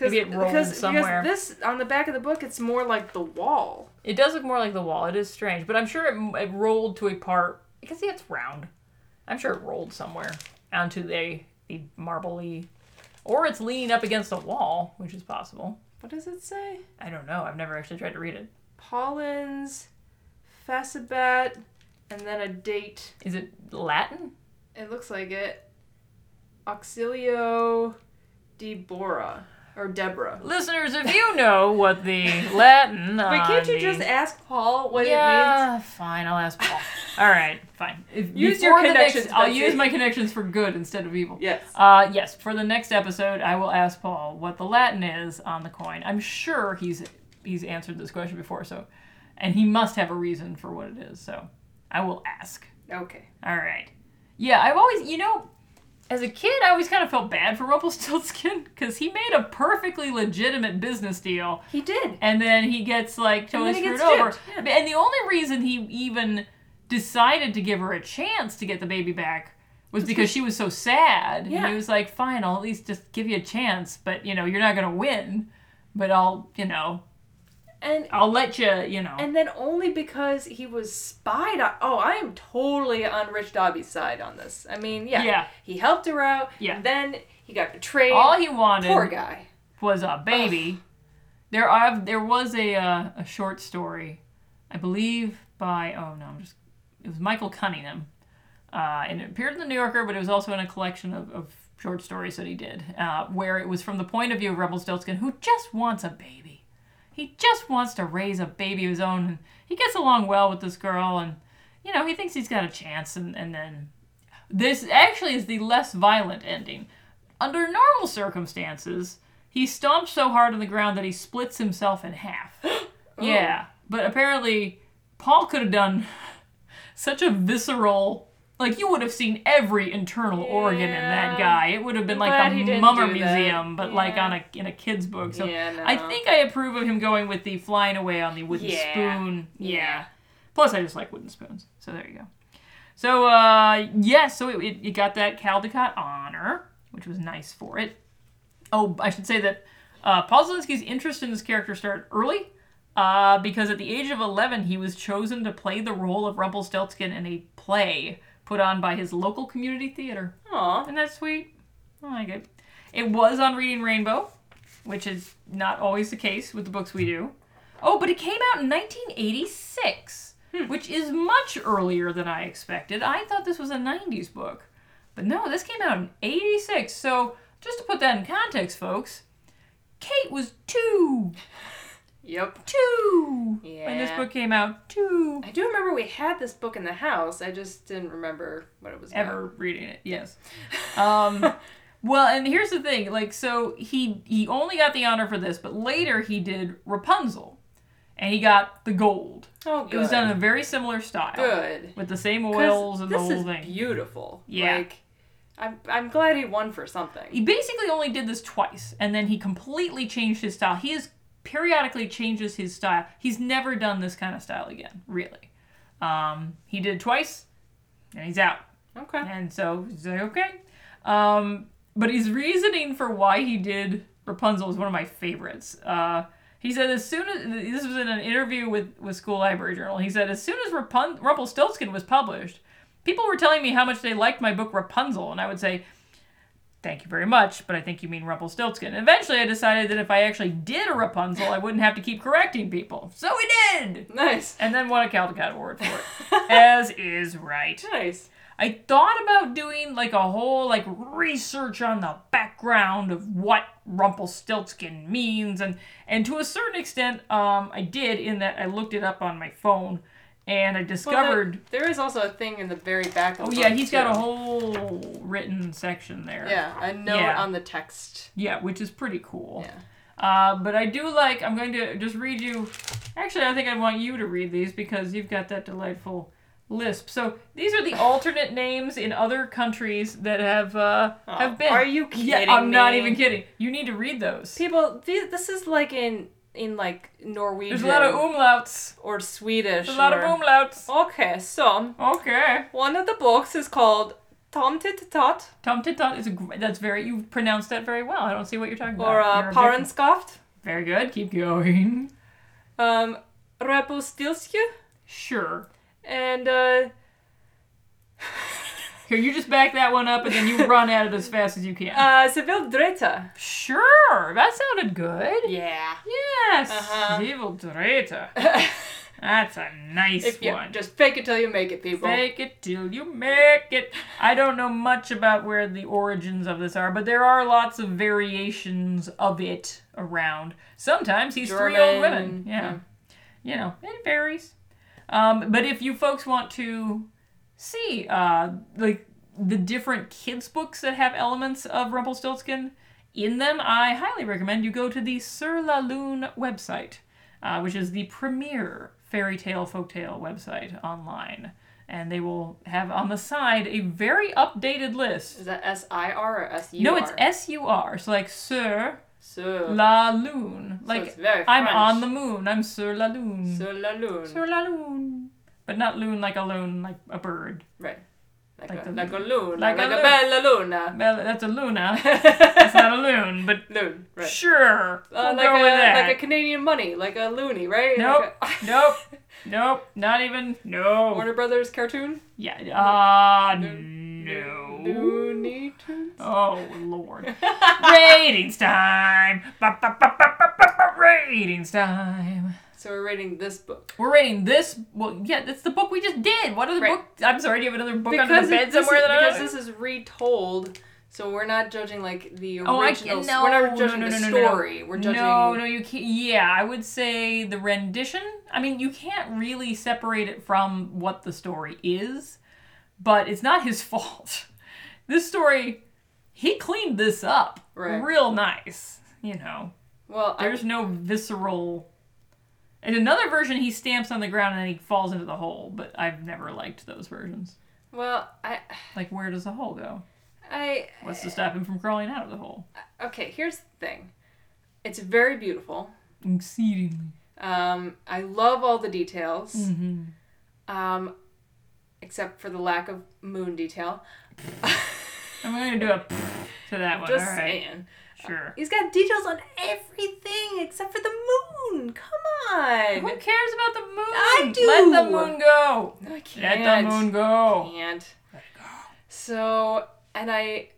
Speaker 5: maybe it rolled somewhere.
Speaker 4: this on the back of the book, it's more like the wall.
Speaker 5: It does look more like the wall. It is strange, but I'm sure it, it rolled to a part. I can see it's round. I'm sure it rolled somewhere onto the the marbly, or it's leaning up against a wall, which is possible.
Speaker 4: What does it say?
Speaker 5: I don't know. I've never actually tried to read it.
Speaker 4: Pollens, Facebat, and then a date.
Speaker 5: Is it Latin?
Speaker 4: It looks like it. Auxilio Deborah. Or Deborah.
Speaker 5: Listeners, if you know what the Latin,
Speaker 4: Wait, can't you
Speaker 5: on
Speaker 4: just
Speaker 5: the-
Speaker 4: ask Paul what it means?
Speaker 5: yeah, fine. I'll ask Paul. All right, fine. If-
Speaker 4: Use your
Speaker 5: before the next-
Speaker 4: connections,
Speaker 5: I'll
Speaker 4: Betsy.
Speaker 5: use my connections for good instead of evil.
Speaker 4: Yes.
Speaker 5: Uh, yes, for the next episode, I will ask Paul what the Latin is on the coin. I'm sure he's he's answered this question before, so and he must have a reason for what it is. So I will ask.
Speaker 4: Okay.
Speaker 5: All right. Yeah, I've always, you know, as a kid, I always kind of felt bad for Rumpelstiltskin because he made a perfectly legitimate business deal
Speaker 4: He did.
Speaker 5: and then he gets like totally
Speaker 4: then he
Speaker 5: screwed
Speaker 4: gets
Speaker 5: over.
Speaker 4: gypped, yeah.
Speaker 5: But- And the only reason he even decided to give her a chance to get the baby back was because she was so sad. And
Speaker 4: Yeah.
Speaker 5: he was like, "Fine, I'll at least just give you a chance, but you know, you're not gonna win. But I'll, you know,
Speaker 4: And
Speaker 5: I'll let you, you know."
Speaker 4: and then only because he was spied on. Oh, I am totally on Rich Dobby's side on this. I mean, yeah.
Speaker 5: Yeah.
Speaker 4: He helped her out.
Speaker 5: Yeah.
Speaker 4: Then he got betrayed.
Speaker 5: all he wanted
Speaker 4: Poor guy.
Speaker 5: was a baby. There are there was a uh, a short story, I believe by oh no I'm just it was Michael Cunningham, uh, and it appeared in the New Yorker, but it was also in a collection of, of short stories that he did, uh, where it was from the point of view of Rumpelstiltskin, who just wants a baby. He just wants to raise a baby of his own, and he gets along well with this girl, and you know he thinks he's got a chance, and, and then this actually is the less violent ending. Under normal circumstances, he stomps so hard on the ground that he splits himself in half. yeah, but apparently Paul could have done such a visceral. Like you would have seen every internal organ in
Speaker 4: Yeah.
Speaker 5: that guy. It would have been like
Speaker 4: Glad
Speaker 5: the
Speaker 4: he didn't
Speaker 5: Mummer
Speaker 4: do that.
Speaker 5: Museum, but like
Speaker 4: Yeah.
Speaker 5: on a in a kid's book. So
Speaker 4: Yeah, no.
Speaker 5: I think I approve of him going with the flying away on the wooden
Speaker 4: Yeah.
Speaker 5: spoon. Yeah.
Speaker 4: Yeah.
Speaker 5: Plus, I just like wooden spoons. So there you go. So uh yes, so it, it, it got that Caldecott honor, which was nice for it. Oh, I should say that uh, Paul Zelinsky's interest in this character started early uh, because at the age of 11, he was chosen to play the role of Rumpelstiltskin in a play put on by his local community theater.
Speaker 4: Aw.
Speaker 5: Isn't that sweet? I like it. It was on Reading Rainbow, which is not always the case with the books we do. Oh, but it came out in 1986,
Speaker 4: Hmm.
Speaker 5: which is much earlier than I expected. I thought this was a 90s book. But no, this came out in 86. So, just to put that in context, folks, Kate was two.
Speaker 4: Yep.
Speaker 5: Two. When this
Speaker 4: Yeah.
Speaker 5: book came out, two.
Speaker 4: I do remember we had this book in the house. I just didn't remember what it was. about.
Speaker 5: ever reading it. Yes. Um, well, and here's the thing. Like, so he he only got the honor for this, but later he did Rapunzel, and he got the gold.
Speaker 4: Oh,
Speaker 5: It was
Speaker 4: good.
Speaker 5: done in a very similar style,
Speaker 4: Good.
Speaker 5: with the same
Speaker 4: 'Cause
Speaker 5: oils and the
Speaker 4: this
Speaker 5: whole
Speaker 4: is
Speaker 5: thing.
Speaker 4: beautiful.
Speaker 5: Yeah.
Speaker 4: Like, I'm, I'm glad he won for something.
Speaker 5: he basically only did this twice, and then he completely changed his style. He is periodically changes his style. He's never done this kind of style again, really. Um, he did it twice, and he's out.
Speaker 4: Okay.
Speaker 5: And so he's like, okay. Um, but his reasoning for why he did Rapunzel is one of my favorites. Uh, he said as soon as this was in an interview with, with School Library Journal, he said as soon as Rapun- Rumpelstiltskin was published, people were telling me how much they liked my book Rapunzel, and I would say, thank you very much, but I think you mean Rumpelstiltskin. Eventually, I decided that if I actually did a Rapunzel, I wouldn't have to keep correcting people. So we did!
Speaker 4: Nice.
Speaker 5: And then won a Caldecott Award for it. As is right.
Speaker 4: Nice.
Speaker 5: I thought about doing like a whole like research on the background of what Rumpelstiltskin means, and and to a certain extent, um, I did in that I looked it up on my phone, and I discovered.
Speaker 4: Well, there, there is also a thing in the very back of
Speaker 5: oh
Speaker 4: the
Speaker 5: yeah,
Speaker 4: book,
Speaker 5: he's got
Speaker 4: too.
Speaker 5: a whole written section there.
Speaker 4: Yeah, a note
Speaker 5: Yeah.
Speaker 4: on the text.
Speaker 5: Yeah, which is pretty cool.
Speaker 4: Yeah.
Speaker 5: Uh, but I do like. I'm going to just read you. Actually, I think I want you to read these because you've got that delightful lisp. So these are the alternate names in other countries that have uh, have been.
Speaker 4: are you
Speaker 5: Yeah,
Speaker 4: kidding
Speaker 5: I'm not
Speaker 4: me?
Speaker 5: even kidding. You need to read those.
Speaker 4: People, thi- this is like in in like Norwegian
Speaker 5: There's a lot of umlauts.
Speaker 4: or Swedish.
Speaker 5: There's a lot of
Speaker 4: or-
Speaker 5: umlauts.
Speaker 4: Okay, so
Speaker 5: Okay.
Speaker 4: one of the books is called Tom Tit Tot
Speaker 5: Tom Titot is a. gr- That's very. You pronounced that very well. I don't see what you're talking
Speaker 4: or
Speaker 5: about. You're
Speaker 4: uh,
Speaker 5: a victim.
Speaker 4: Parenskaft,
Speaker 5: Very good. Keep going.
Speaker 4: um, Repustilske,
Speaker 5: Sure.
Speaker 4: and uh,
Speaker 5: Here, you just back that one up and then you run at it as fast as you can.
Speaker 4: uh, Seville Dreta.
Speaker 5: Sure, that sounded good.
Speaker 4: Yeah.
Speaker 5: Yes,
Speaker 4: Uh-huh.
Speaker 5: evil traitor. That's a nice
Speaker 4: if you
Speaker 5: one.
Speaker 4: just fake it till you make it, people.
Speaker 5: Fake it till you make it. I don't know much about where the origins of this are, but there are lots of variations of it around. Sometimes he's three old
Speaker 4: German,
Speaker 5: women.
Speaker 4: Hmm.
Speaker 5: Yeah. You know, it varies. Um, but if you folks want to see uh, like the different kids' books that have elements of Rumpelstiltskin in them, I highly recommend you go to the Sur la Lune website, uh, which is the premier fairy tale folktale website online. And they will have on the side a very updated list.
Speaker 4: Is that S I R or S U
Speaker 5: no,
Speaker 4: R?
Speaker 5: it's S U R. So like Sur
Speaker 4: So,
Speaker 5: la Lune. Like
Speaker 4: it's very
Speaker 5: I'm
Speaker 4: French.
Speaker 5: on the moon. I'm sur la lune.
Speaker 4: so la lune.
Speaker 5: sur la lune. But not loon like a loon, like a bird.
Speaker 4: Right. Like,
Speaker 5: Like
Speaker 4: a,
Speaker 5: the
Speaker 4: like a loon.
Speaker 5: Like
Speaker 4: Like,
Speaker 5: a
Speaker 4: a,
Speaker 5: loon.
Speaker 4: bella luna.
Speaker 5: Well, that's a Luna. that's not a loon, but
Speaker 4: Loon, right.
Speaker 5: sure.
Speaker 4: Uh,
Speaker 5: we'll
Speaker 4: like,
Speaker 5: go
Speaker 4: a,
Speaker 5: with that.
Speaker 4: like a Canadian money, like a loony, right?
Speaker 5: nope,
Speaker 4: Like a-
Speaker 5: nope, nope. Not even. No.
Speaker 4: Warner Brothers cartoon?
Speaker 5: yeah. Uh, no.
Speaker 4: Looney Tunes?
Speaker 5: Oh lord. ratings time. Ba, ba, ba, ba, ba, ba, ba, ratings time.
Speaker 4: So we're rating this book.
Speaker 5: We're rating this. Well, yeah, that's the book we just did. What other
Speaker 4: Right.
Speaker 5: book? I'm sorry. Do you have another book under the bed
Speaker 4: it- this
Speaker 5: somewhere
Speaker 4: is,
Speaker 5: that I don't
Speaker 4: because this is retold, so we're not judging like the original.
Speaker 5: Oh, I
Speaker 4: s-
Speaker 5: can't. No,
Speaker 4: we're
Speaker 5: no,
Speaker 4: not judging
Speaker 5: no, no,
Speaker 4: the
Speaker 5: no, no, no.
Speaker 4: story. We're judging.
Speaker 5: No, no, you can't. Yeah, I would say the rendition. I mean, you can't really separate it from what the story is, but it's not his fault. This story, he cleaned this up
Speaker 4: Right.
Speaker 5: real nice. You know,
Speaker 4: Well, I,
Speaker 5: there's no visceral. In another version, he stamps on the ground and then he falls into the hole, but I've never liked those versions.
Speaker 4: well, I,
Speaker 5: Like, where does the hole go?
Speaker 4: I,
Speaker 5: What's to stop him from crawling out of the hole?
Speaker 4: okay. Here's the thing. It's very beautiful.
Speaker 5: Exceedingly.
Speaker 4: Um, I love all the details.
Speaker 5: Mm.
Speaker 4: Um, except for the lack of moon detail.
Speaker 5: I'm going to do a to that one.
Speaker 4: Just
Speaker 5: All right.
Speaker 4: saying.
Speaker 5: Sure.
Speaker 4: He's got details on everything except for the moon. Come
Speaker 5: Who
Speaker 4: on.
Speaker 5: cares about the moon?
Speaker 4: I do.
Speaker 5: Let the moon go.
Speaker 4: I
Speaker 5: Let
Speaker 4: can't.
Speaker 5: the moon go.
Speaker 4: can't. So, and I,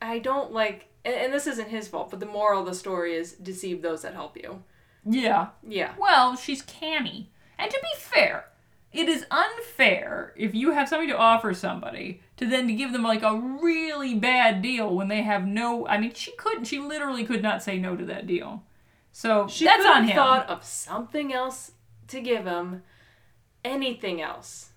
Speaker 4: I don't like, and, and this isn't his fault, but the moral of the story is deceive those that help you.
Speaker 5: Yeah.
Speaker 4: Yeah.
Speaker 5: Well, she's canny. And to be fair, it is unfair if you have something to offer somebody to then to give them like a really bad deal when they have no. I mean, she couldn't. She literally could not say no to that deal. So
Speaker 4: She
Speaker 5: that's
Speaker 4: could've
Speaker 5: on him.
Speaker 4: thought of something else to give him, anything else.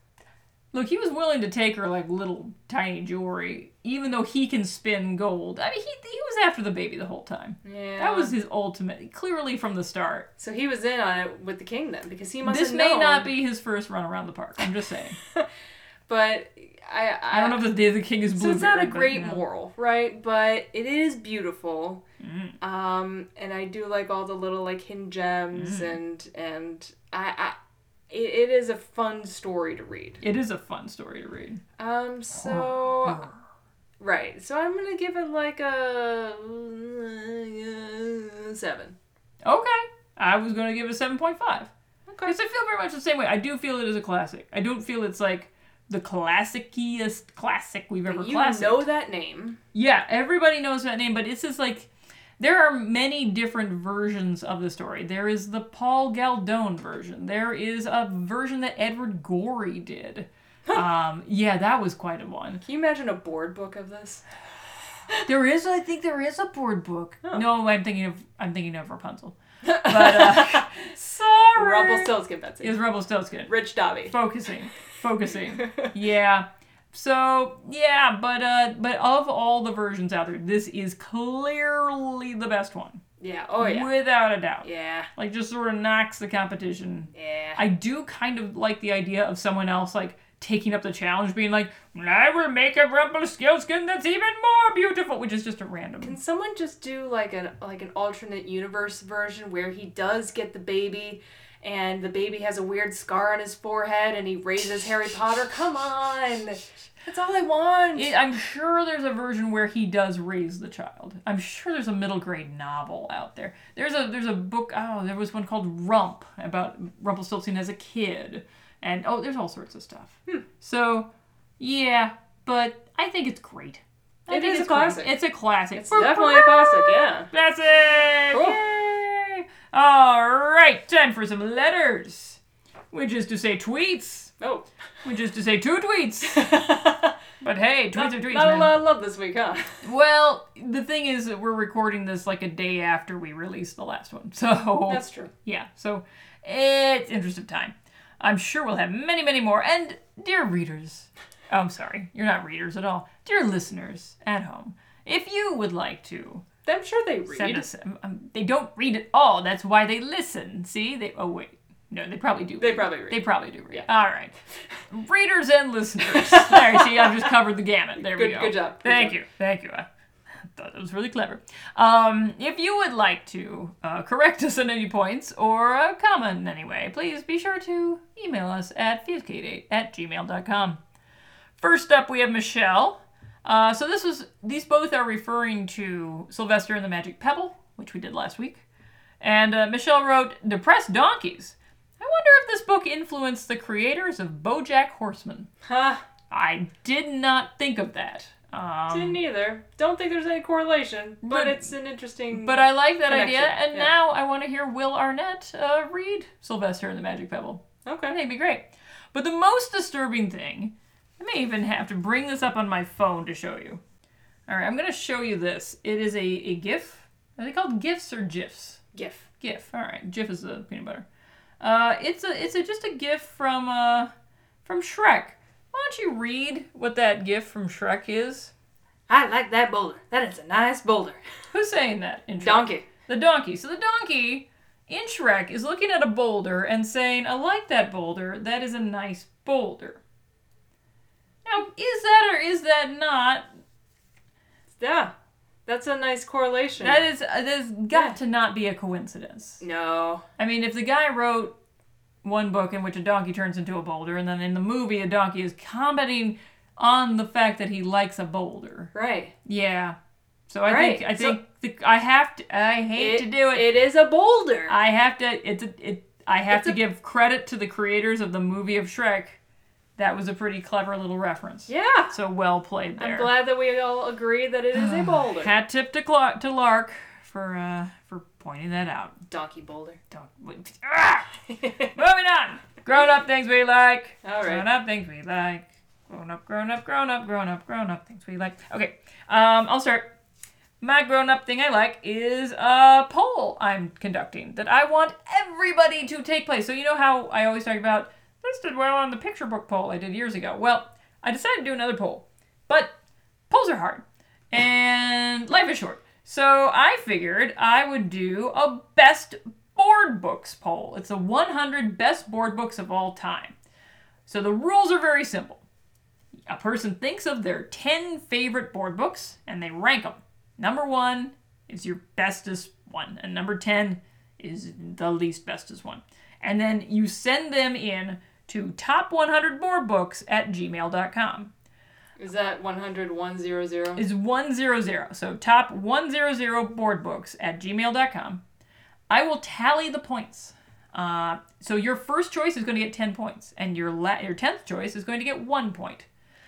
Speaker 5: Look, he was willing to take her like little tiny jewelry, even though he can spin gold. I mean, he he was after the baby the whole time.
Speaker 4: Yeah.
Speaker 5: That was his ultimate, clearly from the start.
Speaker 4: So he was in on it with the king then, because he must
Speaker 5: This
Speaker 4: have
Speaker 5: may
Speaker 4: known,
Speaker 5: not be his first run around the park. I'm just saying.
Speaker 4: But I, I,
Speaker 5: I don't know if the Day of the King is blue.
Speaker 4: So it's not a great moral, right? But it is beautiful.
Speaker 5: Mm.
Speaker 4: Um, and I do like all the little like hidden gems
Speaker 5: Mm.
Speaker 4: and and I, I it, it is a fun story to read.
Speaker 5: It is a fun story to read.
Speaker 4: Um,
Speaker 5: Oh,
Speaker 4: so right. So I'm gonna give it like a uh, seven.
Speaker 5: Okay, I was going to give it a seven point five
Speaker 4: Okay.
Speaker 5: because I feel very much the same way. I do feel it is a classic. I don't feel it's like the classiciest classic we've ever
Speaker 4: You
Speaker 5: classic.
Speaker 4: know that name.
Speaker 5: Yeah, everybody knows that name, but it's just like there are many different versions of the story. There is the Paul Galdone version. There is a version that Edward Gorey did. um, yeah, that was quite a one.
Speaker 4: Can you imagine a board book of this?
Speaker 5: There is, I think, there is a board book. No, I'm thinking of, I'm thinking of Rapunzel. But uh, sorry,
Speaker 4: Rumpelstiltskin, Betsy.
Speaker 5: is Rumpelstiltskin.
Speaker 4: Rich Dobby.
Speaker 5: focusing focusing yeah so yeah but uh but of all the versions out there this is clearly the best one
Speaker 4: Yeah. Oh yeah.
Speaker 5: without a doubt
Speaker 4: Yeah.
Speaker 5: like just sort of knocks the competition
Speaker 4: Yeah.
Speaker 5: i do kind of like the idea of someone else like taking up the challenge being like i will make a rumpelstiltskin that's even more beautiful which is just a random
Speaker 4: Can someone just do like an like an alternate universe version where he does get the baby and the baby has a weird scar on his forehead and he raises Harry Potter? Come on. That's all I want.
Speaker 5: It, I'm sure there's a version where he does raise the child. I'm sure there's a middle grade novel out there. There's a there's a book. Oh, there was one called Rump about Rumpelstiltskin as a kid, and oh, there's all sorts of stuff.
Speaker 4: Hmm.
Speaker 5: So, yeah, but I think it's great. I
Speaker 4: It
Speaker 5: think
Speaker 4: is a
Speaker 5: it's great.
Speaker 4: classic.
Speaker 5: It's a classic.
Speaker 4: It's definitely a classic, yeah.
Speaker 5: That's it.
Speaker 4: Cool.
Speaker 5: Yay! All right, time for some letters, which is to say tweets,
Speaker 4: Oh.
Speaker 5: which is to say two tweets. But hey, tweets are tweets.
Speaker 4: Not a
Speaker 5: man.
Speaker 4: lot of love this week, huh?
Speaker 5: Well, the thing is that we're recording this like a day after we released the last one. So,
Speaker 4: That's true.
Speaker 5: yeah, so it's interest of time. I'm sure we'll have many, many more. And, dear readers, oh, I'm sorry, you're not readers at all. Dear listeners at home, if you would like to
Speaker 4: I'm sure they read.
Speaker 5: send us, um, um, they don't read at all. That's why they listen. See, they. Oh wait, no, they probably do.
Speaker 4: They probably read.
Speaker 5: They probably do read.
Speaker 4: Yeah.
Speaker 5: All right, readers and listeners. Sorry, see, I've just covered the gamut. There we
Speaker 4: Good-
Speaker 5: go.
Speaker 4: good job, good
Speaker 5: Thank
Speaker 4: job.
Speaker 5: you. Thank you. I thought that was really clever. Um, if you would like to uh, correct us at any points or uh, comment in any way, please be sure to email us at fusecade8 at gmail.com. First up, we have Michelle. Uh, so this was these both are referring to Sylvester and the Magic Pebble, which we did last week. And uh, Michelle wrote, "Depressed donkeys." I wonder if this book influenced the creators of BoJack Horseman.
Speaker 4: Huh.
Speaker 5: I did not think of that. Um,
Speaker 4: Didn't either. Don't think there's any correlation, but,
Speaker 5: But-
Speaker 4: it's an interesting.
Speaker 5: but I like that
Speaker 4: Connection,
Speaker 5: idea, and
Speaker 4: yeah.
Speaker 5: now I want to hear Will Arnett uh, read Sylvester and the Magic Pebble. I
Speaker 4: okay.
Speaker 5: think it'd be great. But the most disturbing thing, I may even have to bring this up on my phone to show you. All right, I'm going to show you this. It is a, a GIF. Are they called GIFs or GIFs?
Speaker 4: GIF.
Speaker 5: GIF. All right, GIF is the peanut butter. Uh, it's a it's a, just a GIF from uh from Shrek. Why don't you read what that GIF from Shrek is?
Speaker 4: I like that boulder. That is a nice boulder.
Speaker 5: Who's saying that? In Shrek?
Speaker 4: Donkey.
Speaker 5: The donkey. So the donkey in Shrek is looking at a boulder and saying, I like that boulder. That is a nice boulder. Now, is that or is that not?
Speaker 4: Yeah. That's a nice correlation.
Speaker 5: That is, uh, there's got to not be a coincidence.
Speaker 4: No.
Speaker 5: I mean, if the guy wrote one book in which a donkey turns into a boulder, and then in the movie a donkey is commenting on the fact that he likes a boulder.
Speaker 4: Right.
Speaker 5: Yeah. So I
Speaker 4: Right.
Speaker 5: think I
Speaker 4: So-
Speaker 5: think the, I have to. I hate to do it.
Speaker 4: It is a boulder.
Speaker 5: I have to. It's a, it. I have
Speaker 4: It's
Speaker 5: to
Speaker 4: a-
Speaker 5: give credit to the creators of the movie of Shrek. That was a pretty clever little reference.
Speaker 4: yeah.
Speaker 5: So well played there.
Speaker 4: I'm glad that we all agree that it is a boulder.
Speaker 5: Hat tip to, Cla- to Lark for uh, for pointing that out.
Speaker 4: Donkey boulder.
Speaker 5: Don't. wait, ah! Moving on. Grown up things we like.
Speaker 4: All right.
Speaker 5: Grown up things we like. Grown up, grown up, grown up, grown up, grown up things we like. Okay. Um, I'll start. My grown up thing I like is a poll I'm conducting that I want everybody to take place. So, you know how I always talk about this did well on the picture book poll I did years ago? Well, I decided to do another poll, but polls are hard and life is short. So, I figured I would do a best board books poll. It's the 100 best board books of all time. So the rules are very simple. A person thinks of their 10 favorite board books and they rank them. Number one is your bestest one, and number 10 is the least bestest one. And then you send them in to top100boardbooks at gmail.com.
Speaker 4: Is that 100 100?
Speaker 5: It's 100, so top 100boardbooks at gmail.com. I will tally the points Uh, so your first choice is going to get 10 points, and your la- your 10th choice is going to get one point.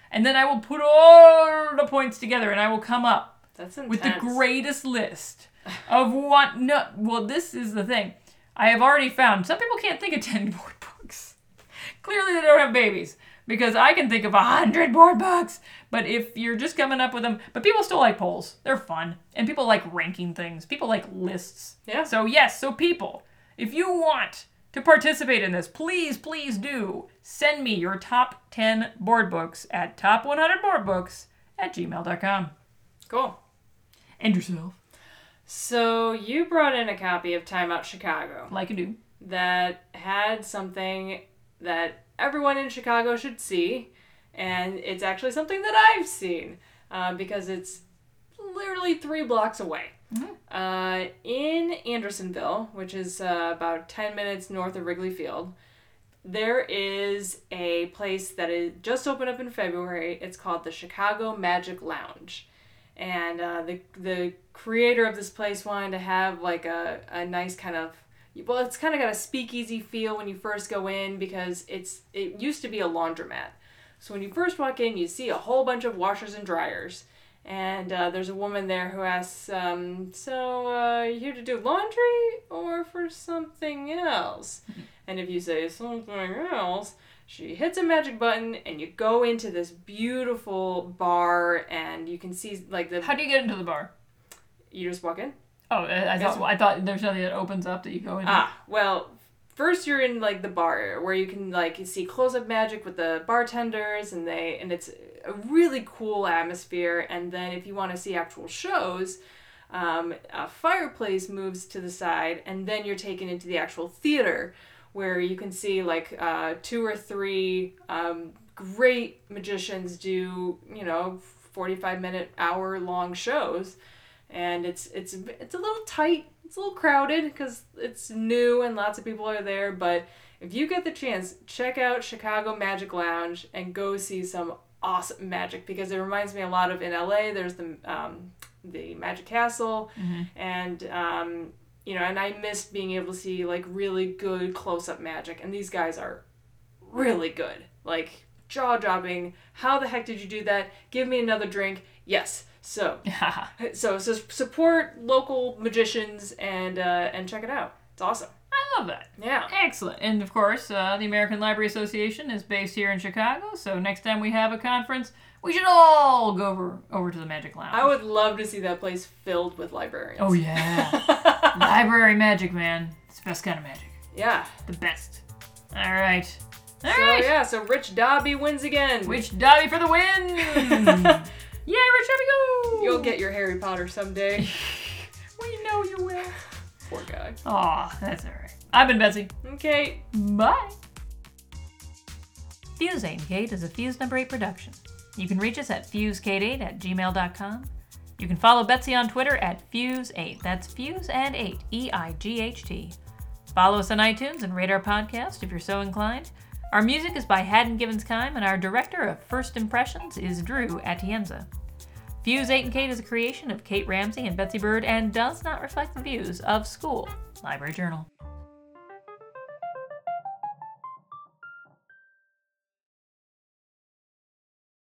Speaker 5: And then I will put all the points together and I will come up
Speaker 4: That's intense.
Speaker 5: with the greatest list of what no well this is the thing i have already found some people can't think of 10 board books clearly they don't have babies because i can think of 100 board books but if you're just coming up with them but people still like polls they're fun and people like ranking things people like lists
Speaker 4: Yeah.
Speaker 5: so yes so people if you want to participate in this please please do send me your top 10 board books at top100boardbooks at gmail.com
Speaker 4: Cool.
Speaker 5: and yourself
Speaker 4: So you brought in a copy of Time Out Chicago
Speaker 5: like I do.
Speaker 4: that had something that everyone in Chicago should see, and it's actually something that I've seen uh, because it's literally three blocks away. Uh, in Andersonville, which is uh, about 10 minutes north of Wrigley Field, there is a place that is just opened up in February. It's called the Chicago Magic Lounge. And uh, the, the creator of this place wanted to have like a, a nice kind of well, it's kind of got a speakeasy feel when you first go in because it's it used to be a laundromat. So when you first walk in, you see a whole bunch of washers and dryers. And uh, there's a woman there who asks, um, So, uh, you here to do laundry or for something else? And if you say something else, she hits a magic button and you go into this beautiful bar and you can see, like, the.
Speaker 5: How do you get into the bar?
Speaker 4: you just walk in?
Speaker 5: Oh, I, I
Speaker 4: It's-
Speaker 5: thought I thought there's nothing that opens up that you go into.
Speaker 4: Ah, well, first you're in like the bar area where you can like see close up magic with the bartenders and they and it's a really cool atmosphere. And then if you want to see actual shows, um, a fireplace moves to the side and then you're taken into the actual theater where you can see like uh, two or three um, great magicians do you know 45 minute hour long shows and it's it's it's a little tight it's a little crowded because it's new and lots of people are there but if you get the chance check out chicago magic lounge and go see some awesome magic because it reminds me a lot of in la there's the um, the magic castle and um, you know and i missed being able to see like really good close-up magic and these guys are really good. Like jaw dropping. How the heck did you do that? Give me another drink. Yes. So so so support local magicians and uh, and check it out. It's awesome.
Speaker 5: I love that.
Speaker 4: Yeah.
Speaker 5: Excellent. And of course, uh, the American Library Association is based here in Chicago. So next time we have a conference, we should all go over over to the Magic Lounge.
Speaker 4: I would love to see that place filled with librarians.
Speaker 5: Oh yeah, library magic, man. It's the best kind of magic.
Speaker 4: yeah.
Speaker 5: The best. All right. All
Speaker 4: So
Speaker 5: right.
Speaker 4: yeah, so Rich Dobby wins again.
Speaker 5: Witch Dobby for the win! Yay, Rich Dobby, go!
Speaker 4: You'll get your Harry Potter someday.
Speaker 5: We know you will.
Speaker 4: Poor guy.
Speaker 5: Aw, that's all right. I've been Betsy.
Speaker 4: Okay.
Speaker 5: Bye. Fuse 8Kate is a Fuse number 8 production. You can reach us at fusekate8 at gmail.com. You can follow Betsy on Twitter at fuse8. That's fuse and 8, E I G H T. Follow us on iTunes and rate our podcast if you're so inclined. Our music is by Haddon Gibbons Kime, and our director of first impressions is Drew Atienza. Fuse 8 and Kate is a creation of Kate Ramsey and Betsy Bird and does not reflect the views of School Library Journal.